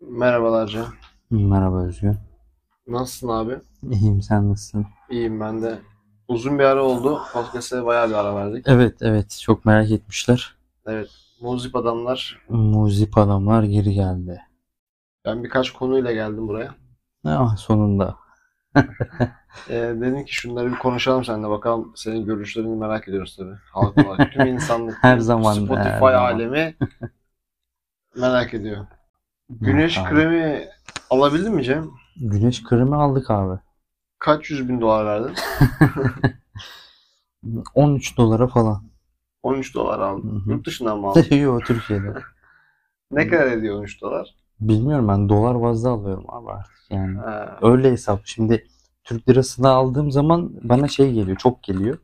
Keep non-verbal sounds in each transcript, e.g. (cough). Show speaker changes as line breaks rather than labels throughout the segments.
Merhabalar Can.
Merhaba Özgür.
Nasılsın abi?
(laughs) İyiyim sen nasılsın?
İyiyim ben de. Uzun bir ara oldu. Podcast'e bayağı bir ara verdik.
Evet evet çok merak etmişler.
Muzip adamlar.
Muzip adamlar geri geldi.
Ben birkaç konuyla geldim buraya.
Ah sonunda.
Ee, dedim ki şunları bir konuşalım seninle. Bakalım senin görüşlerini merak ediyoruz tabii. Halk
(laughs)
olarak. Tüm insanlık.
Her zaman,
Spotify
her zaman.
alemi merak ediyor. Güneş
Abi.
kremi alabildin mi Cem?
Güneş kremi aldık abi.
Kaç yüz bin dolar verdin?
13 dolara falan.
13 dolar aldım.
Hı hı. (laughs)
Yurt dışından mı aldın?
Yok Türkiye'de.
Ne kadar ediyor 13 dolar?
Bilmiyorum ben dolar bazda alıyorum abi artık yani.
Ha,
Öyle hesap. Şimdi Türk lirasını aldığım zaman bana şey geliyor çok geliyor.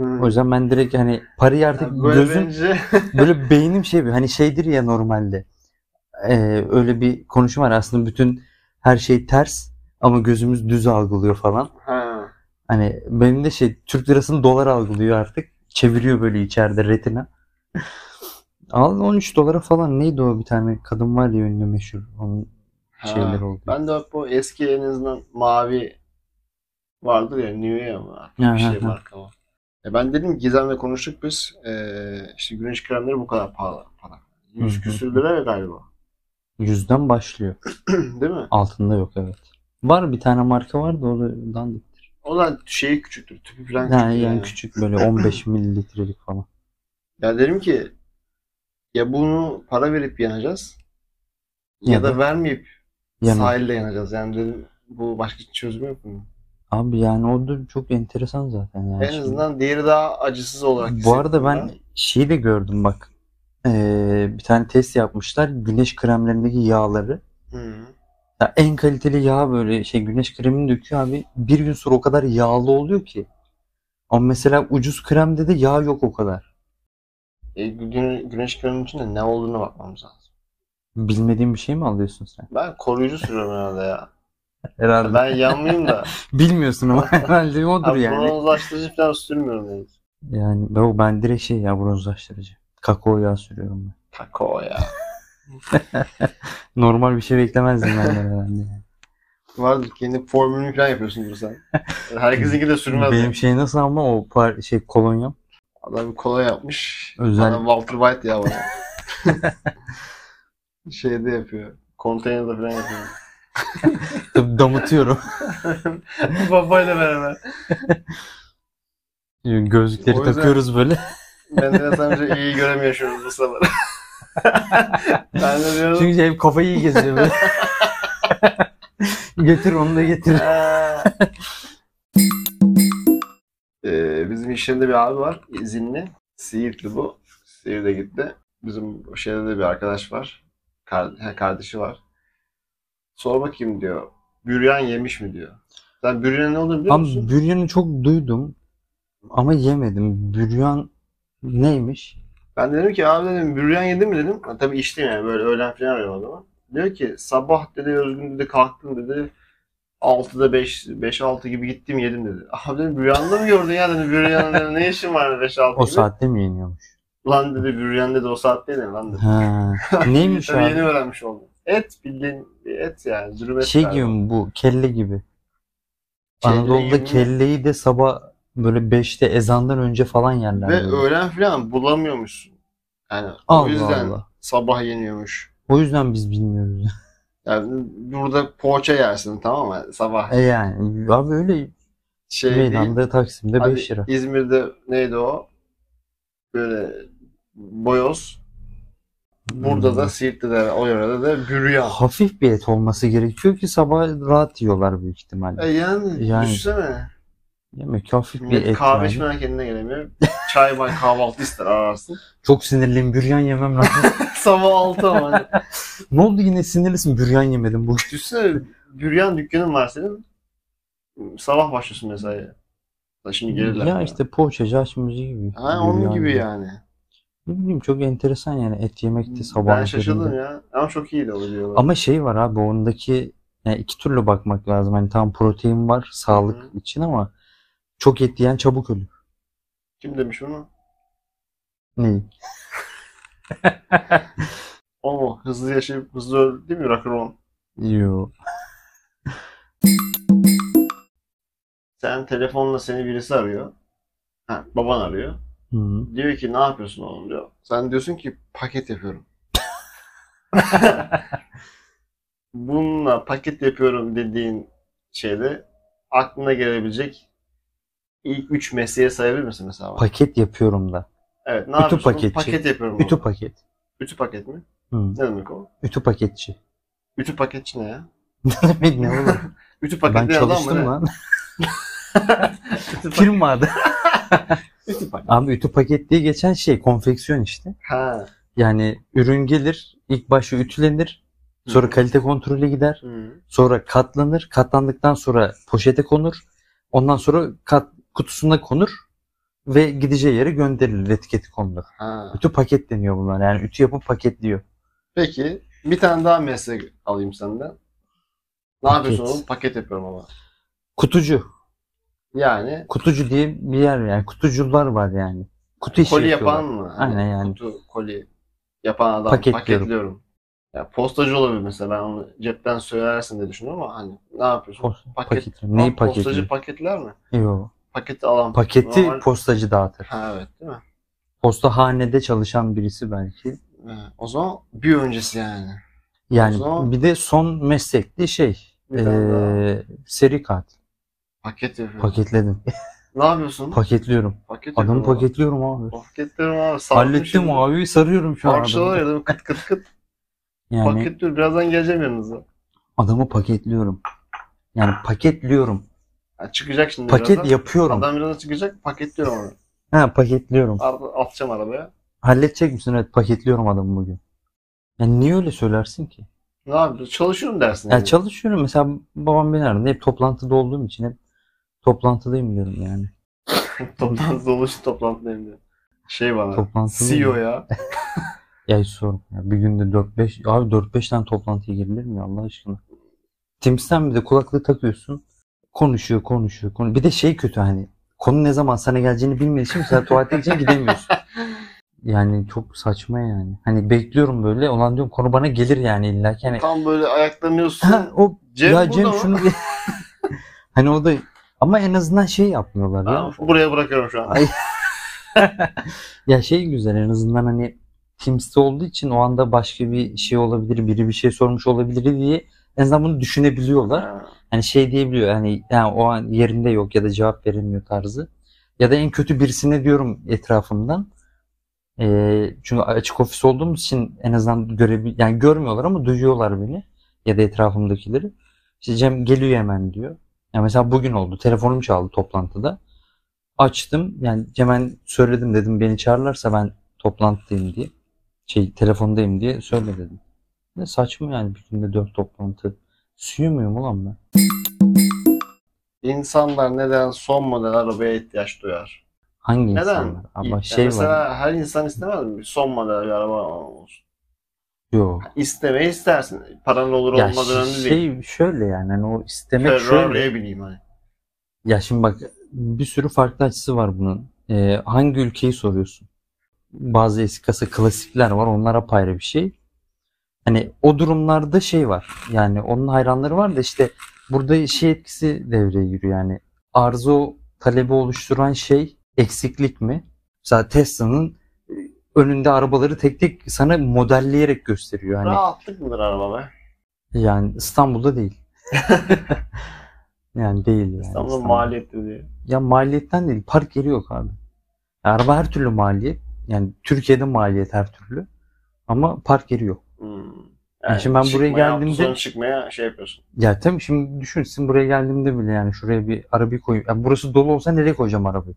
hı.
O yüzden ben direkt hani parayı artık
Böyle
gözüm
bence
Böyle beynim şey bir hani şeydir ya normalde. Ee, öyle bir konuşma var aslında bütün her şey ters ama gözümüz düz algılıyor falan.
Ha,
Hani benim de şey Türk lirasını dolar algılıyor artık. Çeviriyor böyle içeride retina. Al 13 dolara falan neydi o bir tane kadın var ya ünlü meşhur onun
ha.
şeyleri oldu.
Ben de hep bu eski en azından mavi vardır ya Nivea mı artık
Ha,
bir şey
ha, ha.
marka var. E ben dedim Gizem'le konuştuk biz. Ee, işte güneş kremleri bu kadar pahalı. Para.
Hı
100
hı.
küsür lira galiba. (clears throat)
Yüzden başlıyor.
Değil mi?
Altında yok evet. Var bir tane marka var da o da dandiktir.
O da şeyi küçüktür. Tüpü falan küçüktür.
Yani, yani
yani.
küçük böyle 15 mililitrelik falan.
Ya derim ki ya bunu para verip yanacağız ya,
Ya
da,
da-
vermeyip
Yani
sahilde yanacağız. Yani dedim bu başka çözüm yok mu?
Abi yani o da çok enteresan zaten yani
En
şimdi.
azından diğeri daha acısız olarak
Bu arada
hissettim
ben şeyi de gördüm bak. Ee, bir tane test yapmışlar. Güneş kremlerindeki yağları.
Hı.
Ya en kaliteli yağ böyle şey güneş kremini döküyor abi. Bir gün sonra o kadar yağlı oluyor ki. Ama mesela ucuz kremde de yağ yok o kadar.
E, güne- güneş kreminin içinde ne olduğunu bakmamız lazım.
Bilmediğin bir şey mi alıyorsun sen?
Ben koruyucu sürüyorum herhalde ya.
Herhalde.
Ben yanmayayım (laughs) da. (laughs)
Bilmiyorsun ama herhalde odur
Abi
yani.
bronzlaştırıcı falan sürmüyorum dedim.
Yani ben, ben direkt şey ya bronzlaştırıcı. Kakao yağı sürüyorum ben.
Kakao ya.
Normal bir şey beklemezdim ben de herhalde.
Vardır kendi formülünü falan yapıyorsundur (laughs) sen. Herkesinki de sürmez.
Benim şey nasıl ama o par şey kolonyam.
Adam kola yapmış.
Özel-
Adam Walter White ya
(laughs)
bana. Şeyde yapıyor. Konteynerde falan (laughs) yapıyor.
Tabii (laughs) damıtıyorum.
Babayla beraber.
Gözlükleri
O yüzden- (laughs)
takıyoruz böyle.
Menderes amca şey iyi göremiyor şu bu sıralar. (laughs) ben de diyorum.
Çünkü hep kafayı iyi geziyor böyle. (laughs) getir onu da getir.
Ee, bizim iş yerinde bir abi var. izinli. Siirtli bu. Siirt'e gitti. Bizim o şeyde de bir arkadaş var. Kar- ha, kardeşi var. Sor bakayım diyor. Büryan yemiş mi diyor. Sen büryan ne olduğunu biliyor
Ama
musun?
büryanı çok duydum. Ama yemedim. Büryan neymiş?
Ben dedim ki abi dedim büryan yedin mi dedim. Ha, tabii içtim yani böyle öğlen falan arıyorum adamı. Diyor ki sabah dedi özgün dedi kalktım dedi. 6'da 5 5 6 gibi gittim yedim dedi. Abi dedim büryanda mı gördün ya dedi büryanda dedim, ne işin var 5 6
O
gibi.
saatte mi yeniyormuş?
Lan dedi büryan dedi o saat değil de lan dedi. (laughs)
Ha. Neymiş
Tabii yeni
abi?
öğrenmiş oldum. Et bildiğin bir et yani zürümet.
Şey
galiba.
gibi mi bu? Kelle gibi.
Kelle
Anadolu'da
gibi.
kelleyi de sabah böyle 5'te ezandan önce falan yerler.
Ve
böyle.
öğlen falan bulamıyormuşsun. Yani o
Allah
yüzden
Allah.
sabah yeniyormuş.
O yüzden biz bilmiyoruz.
Yani burada poğaça yersin tamam mı? Sabah
E yani abi öyle
şey değil.
meydanda Taksim'de
Hadi
5 lira.
İzmir'de neydi o? Böyle boyoz. Burada da Siirt'te de o yörede de büryan.
Hmm. Hafif bir et olması gerekiyor ki sabah rahat yiyorlar büyük ihtimalle.
E yani,
Yani.
düşünsene.
Yemek hafif bir
Millet
et
kahve
yani.
içmeden kendine gelemiyor. Çay bay kahvaltı ister ararsın. (laughs)
Çok sinirliyim büryan yemem lazım.
Sabah altı ama. hani.
ne oldu yine sinirlisin büryan yemedim bugün.
Düşünsene büryan dükkanın var senin. Sabah başlıyorsun mesaiye. Lan şimdi gelirler.
Ya işte poğaçacı açmacı gibi.
Ha, onun
Büryan
gibi
gibi.
yani.
Ne bileyim çok enteresan yani et yemekti sabah
Ben şaşırdım ya. Ama çok iyiydi o diyorlar.
Ama şey var abi ondaki yani iki türlü bakmak lazım. Hani tam protein var sağlık
Hı
için ama çok et yiyen çabuk ölür.
Kim demiş bunu?
Neyi?
O mu? Hızlı yaşayıp hızlı öl değil mi? Rock'n'roll.
Yo.
Sen telefonla seni birisi arıyor. Ha, baban arıyor.
Hı.
Diyor ki ne yapıyorsun oğlum diyor. Sen diyorsun ki paket
(laughs)
yapıyorum. Bununla paket yapıyorum dediğin şeyde aklına gelebilecek ilk üç mesleğe sayabilir misin mesela?
Paket yapıyorum da.
evet, ne
ütü
yapıyorsun?
paketçi.
Paket yapıyorum.
Ütü
oğlum.
paket.
Ütü paket mi?
Hı.
Ne demek o?
Ütü paketçi. (laughs)
Ütü paketçi ne ya?
ne demek ne oğlum?
(laughs) Ütü
ben
paketleyen adam mı?
çalıştım
ne?
lan.
(laughs) Ütü paket-
Firmada.
Ütü paket.
Abi ütü paket diye geçen şey konfeksiyon işte.
Ha.
Yani ürün gelir, ilk başta ütülenir, sonra
Hı.
kalite kontrolü gider,
Hı.
sonra katlanır, katlandıktan sonra poşete konur, ondan sonra kat kutusuna konur ve gideceği yere gönderilir, etiketi konulur.
Ha.
Ütü paket deniyor bunlar. Yani ütü yapıp paketliyor.
Peki bir tane daha meslek alayım senden. Ne
Paket.
yapıyorsun oğlum? Paket yapıyorum ama.
Kutucu.
Yani
Kutucu diye bir yer yani. Kutucular var yani. Kutu işi
koli
Şey yapıyorlar.
yapan mı?
Aynen yani.
Kutu, koli yapan adam
Paketliyorum.
paketliyorum. Ya postacı olabilir mesela ben onu cepten söylersin diye düşünüyorum ama hani ne yapıyorsun?
Post-
Paket-
paket. Neyi
Ama Postacı
paketliyor?
paketler mi?
Yok.
Paketi alan.
Paketi
Normal-
postacı dağıtır.
Ha evet değil mi?
Postahanede çalışan birisi belki.
Ha, O zaman bir öncesi yani.
Yani
O zaman-
bir de son meslekli şey.
Bir tane
eee, seri katil.
Paket yapıyorum.
Paketledim. Eh,
Ne yapıyorsun?
Paketliyorum.
Paket
Adamı
yapıyorum.
paketliyorum abi.
Paketliyorum abi. sardım
Hallettim
şimdi.
o abi sarıyorum şu an
Parçalar
adamı.
ya değil mi? Kıt kıt kıt.
(laughs) Yani
Paket dur birazdan geleceğim yanınıza.
adamı paketliyorum. Yani paketliyorum.
Ha, çıkacak şimdi
Paket
birazdan.
yapıyorum.
Adam birazdan çıkacak paketliyorum onu.
Ha paketliyorum.
Ar- atacağım arabaya.
Halledecek misin? Evet paketliyorum adamı bugün. Yani niye öyle söylersin ki?
Ne yapıyorsun? Çalışıyorum dersin.
Ya
yani.
çalışıyorum mesela babam beni aradı. Hep toplantıda olduğum için hep toplantıdayım diyorum yani. (laughs)
Toplantıda oluşu toplantıdayım diyor. Şey bana.
Toplantıdayım.
CEO
(laughs)
ya.
Ya hiç sorma ya. Bir günde 4-5 abi 4-5 tane toplantıya girilir mi ya Allah aşkına? Teams'ten bir de kulaklığı takıyorsun. Konuşuyor, konuşuyor, konu. Bir de şey kötü hani konu ne zaman sana geleceğini bilmediğin için mesela tuvalete gideceğim gidemiyorsun.
(laughs)
Yani çok saçma yani. Hani bekliyorum böyle. Ulan diyorum konu bana gelir yani illa ki. Hani,
Tam böyle ayaklanıyorsun.
ha, o
Cem
ya
burada
Cem
mı?
şunu (laughs) hani o da ama en azından şey yapmıyorlar ya.
Ha, buraya bırakıyorum şu an.
Ay. Ya şey güzel en azından hani Teams'te olduğu için o anda başka bir şey olabilir, biri bir şey sormuş olabilir diye en azından bunu düşünebiliyorlar.
Ha,
Hani şey diyebiliyor hani yani o an yerinde yok ya da cevap veremiyor tarzı. Ya da en kötü birisine diyorum etrafımdan. Ee, çünkü açık ofis olduğumuz için en azından görebil yani görmüyorlar ama duyuyorlar beni ya da etrafımdakileri. İşte Cem geliyor hemen diyor. Ya mesela bugün oldu. Telefonum çaldı toplantıda. Açtım. Yani Cem'e söyledim dedim beni çağırırlarsa ben toplantıdayım diye. Şey telefondayım diye söyle dedim. Ne saçma yani bir günde dört toplantı. Suyum muyum ulan ben?
İnsanlar neden son model arabaya ihtiyaç duyar?
Hangi
Neden?
insanlar? Ama
Yani
şey
mesela
var.
her insan istemez mi? Son model bir araba olsun.
Yok.
İstemeyi istersin. Paran olur
Ya
olmaz önemli
şey
değil.
şöyle yani hani o istemek şöyle.
Ferrari'ye bineyim hani.
Ya şimdi bak bir sürü farklı açısı var bunun. Ee, hangi ülkeyi soruyorsun? Bazı eski kasa klasikler var. Onlar apayrı bir şey. Hani o durumlarda şey var. Yani onun hayranları var da işte burada şey etkisi devreye giriyor yani. Arzu talebi oluşturan şey eksiklik mi? Mesela Tesla'nın önünde arabaları tek tek sana modelleyerek gösteriyor. Hani
Rahatlık mıdır araba be?
yani
(laughs)
İstanbul'da değil. Yani değil yani.
İstanbul'un
İstanbul'da.
maliyetli diye.
Ya maliyetten değil, park yeri yok abi. Ya Araba her türlü maliyet. Yani Türkiye'de maliyet her türlü. Ama park yeri yok.
Hmm.
şimdi ben buraya
çıkmaya,
geldiğimde-
sonra çıkmaya şey yapıyorsun.
Ya tabii şimdi düşünsün buraya geldiğimde bile yani şuraya bir arabayı koyayım. Ya burası dolu olsa nereye koyacağım arabayı?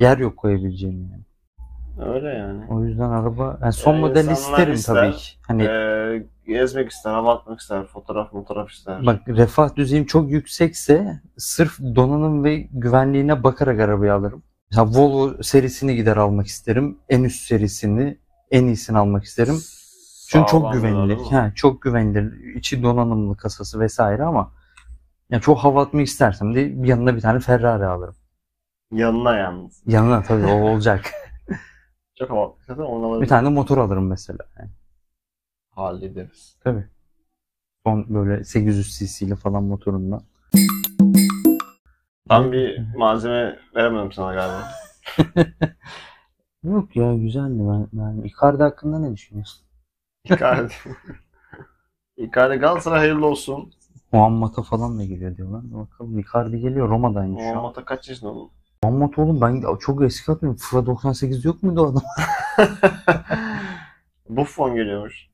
Yer yok koyabileceğim yani.
Öyle yani.
O yüzden araba yani son
Yani
model
insanlar
isterim
ister.
tabii ki. Hani
Ee, gezmek ister, hava atmak ister, fotoğraf fotoğraf ister.
bak refah düzeyim çok yüksekse sırf donanım ve güvenliğine bakarak arabayı alırım. Mesela Volvo serisini gider almak isterim. En üst serisini, en iyisini almak isterim. Çünkü çok
Sağlam
güvenilir.
araba.
Ha, çok güvenilir. İçi donanımlı kasası vesaire ama ya çok hava atmak istersem de yanına bir tane Ferrari alırım.
Yanına yalnız.
Yanına tabii o olacak.
Çok hava atmak istersen onunla
bir
alabilir.
tane motor alırım mesela.
Hallederiz.
Tabii. Son böyle 800 cc ile falan motorunla.
Tam bir malzeme veremedim sana galiba.
(laughs) Yok ya güzeldi ben. ben Icardi hakkında ne düşünüyorsun?
Icardi. Icardi Galatasaray hayırlı olsun.
Juan Mata falan da geliyor diyorlar. Bakalım Icardi geliyor Roma'daymış şu
Muhammed
an.
Mata kaç yaşında oğlum?
Juan Mata oğlum ben çok eski hatırlıyorum. Fıra 98 yok muydu o adam? (laughs)
Buffon geliyormuş.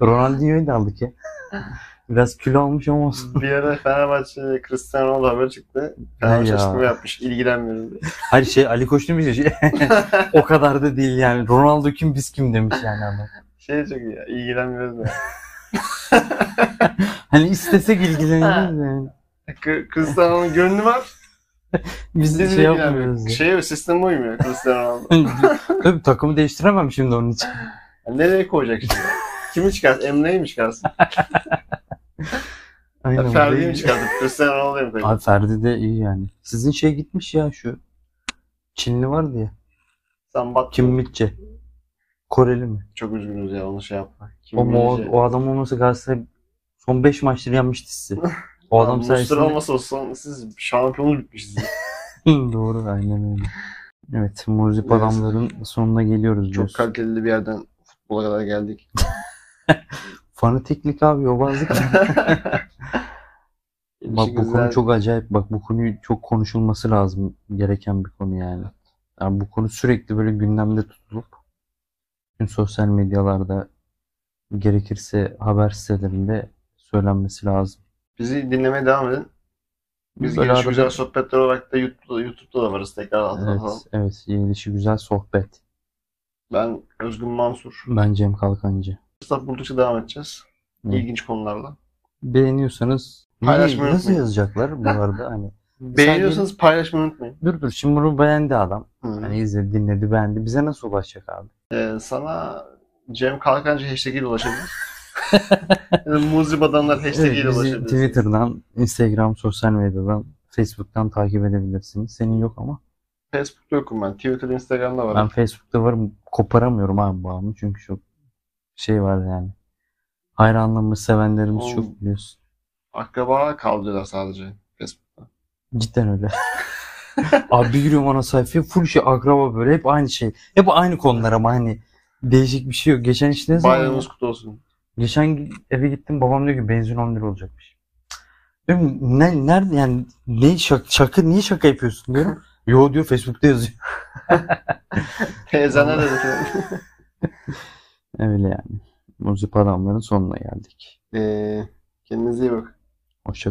Ronaldinho'yu da aldık ya. Biraz kilo almış ama olsun.
Bir ara Fenerbahçe Cristiano Ronaldo haber çıktı. Fenerbahçe
Ya.
açıklama yapmış. İlgilenmiyoruz. diye.
Hayır şey Ali Koç demiş ya,
(laughs)
şey, o kadar da değil yani. Ronaldo kim biz kim demiş yani adam.
Şey çok iyi ya. ilgilenmiyoruz ya.
Hani istesek ilgileniriz yani.
K- Cristiano'nun gönlü var.
Biz de
Biz
şey
ilgilenmiyoruz.
yapmıyoruz. Ya.
Şey sisteme uymuyor Cristiano Ronaldo.
(laughs) Tabii takımı değiştiremem şimdi onun için.
Yani nereye koyacak şimdi? Kimi çıkarsın? Emre'yi mi çıkarsın?
Aynen.
Ferdi'yi mi çıkarsın? Cristiano Ronaldo'yu mu koyacaksın?
Abi Ferdi de iyi yani. Sizin şey gitmiş ya şu Çinli vardı ya.
Sen bak.
Kim Mitçe. Koreli mi?
Çok üzgünüz ya onu şey yapma. Kim şey?
O, o,
bilecek?
o adam olmasa Galatasaray son 5 maçtır yenmişti sizi. O adam
Lan Muslera
sayesinde
olmasa olsun siz şampiyonuz bitmişsiniz.
(laughs) Doğru aynen öyle. Evet muzip adamların sonuna geliyoruz
Çok
diyorsun.
kaliteli bir yerden futbola kadar geldik.
Fanatiklik
(laughs)
abi yobazlık. (laughs) Bak bu
İşi
konu
güzel.
çok acayip. Bak bu konuyu çok konuşulması lazım gereken bir konu yani. Yani bu konu sürekli böyle gündemde tutulup bütün sosyal medyalarda gerekirse haber sitelerinde söylenmesi lazım.
Bizi dinlemeye devam edin. Biz
Böyle
geniş
arada-
güzel sohbetler olarak da YouTube'da, YouTube'da da varız tekrar
Evet,
hatırlatalım.
evet. Yelişi güzel sohbet.
Ben Özgün Mansur.
Ben Cem Kalkancı.
Fırsat buldukça devam edeceğiz.
Evet.
İlginç konularla.
Beğeniyorsanız
Paylaşmayı
Niye- nasıl
unutmayın.
yazacaklar bu
(laughs)
arada hani
Beğeniyorsanız paylaşmayı unutmayın.
dur dur şimdi bunu beğendi adam.
Hı.
Hani izledi, dinledi, beğendi. Bize nasıl ulaşacak abi?
Ee, sana Cem Kalkancı hashtag ile
(laughs)
ulaşabilir. Ee, Yani Muzip adamlar hashtag
Evet,
ile
bizi
ulaşabilir.
Twitter'dan, Instagram, sosyal medyadan, Facebook'tan takip edebilirsiniz. Senin yok ama
Facebook'ta yokum ben. Twitter, Instagram'da varım.
ben Facebook'ta varım. Koparamıyorum abi bağımı çünkü çok şey var yani. Hayranlarımız, sevenlerimiz
Oğlum.
çok biliyorsun.
Akraba kal diyorlar sadece Facebook'ta.
Cidden öyle. abi bir giriyorum ana sayfaya full şey akraba böyle hep aynı şey. Hep aynı konular ama hani değişik bir şey yok. Geçen işte ne zaman?
Bayramınız kutlu olsun.
Geçen gün eve gittim babam diyor ki benzin 10 lira olacakmış. Diyorum ne, nerede yani ne şak, şaka niye şaka yapıyorsun diyorum. Yo diyor Facebook'ta yazıyor.
Teyzenler de dedi. (laughs)
Öyle yani. Muzip adamların sonuna geldik.
Ee, kendinize iyi bakın.
Hoşça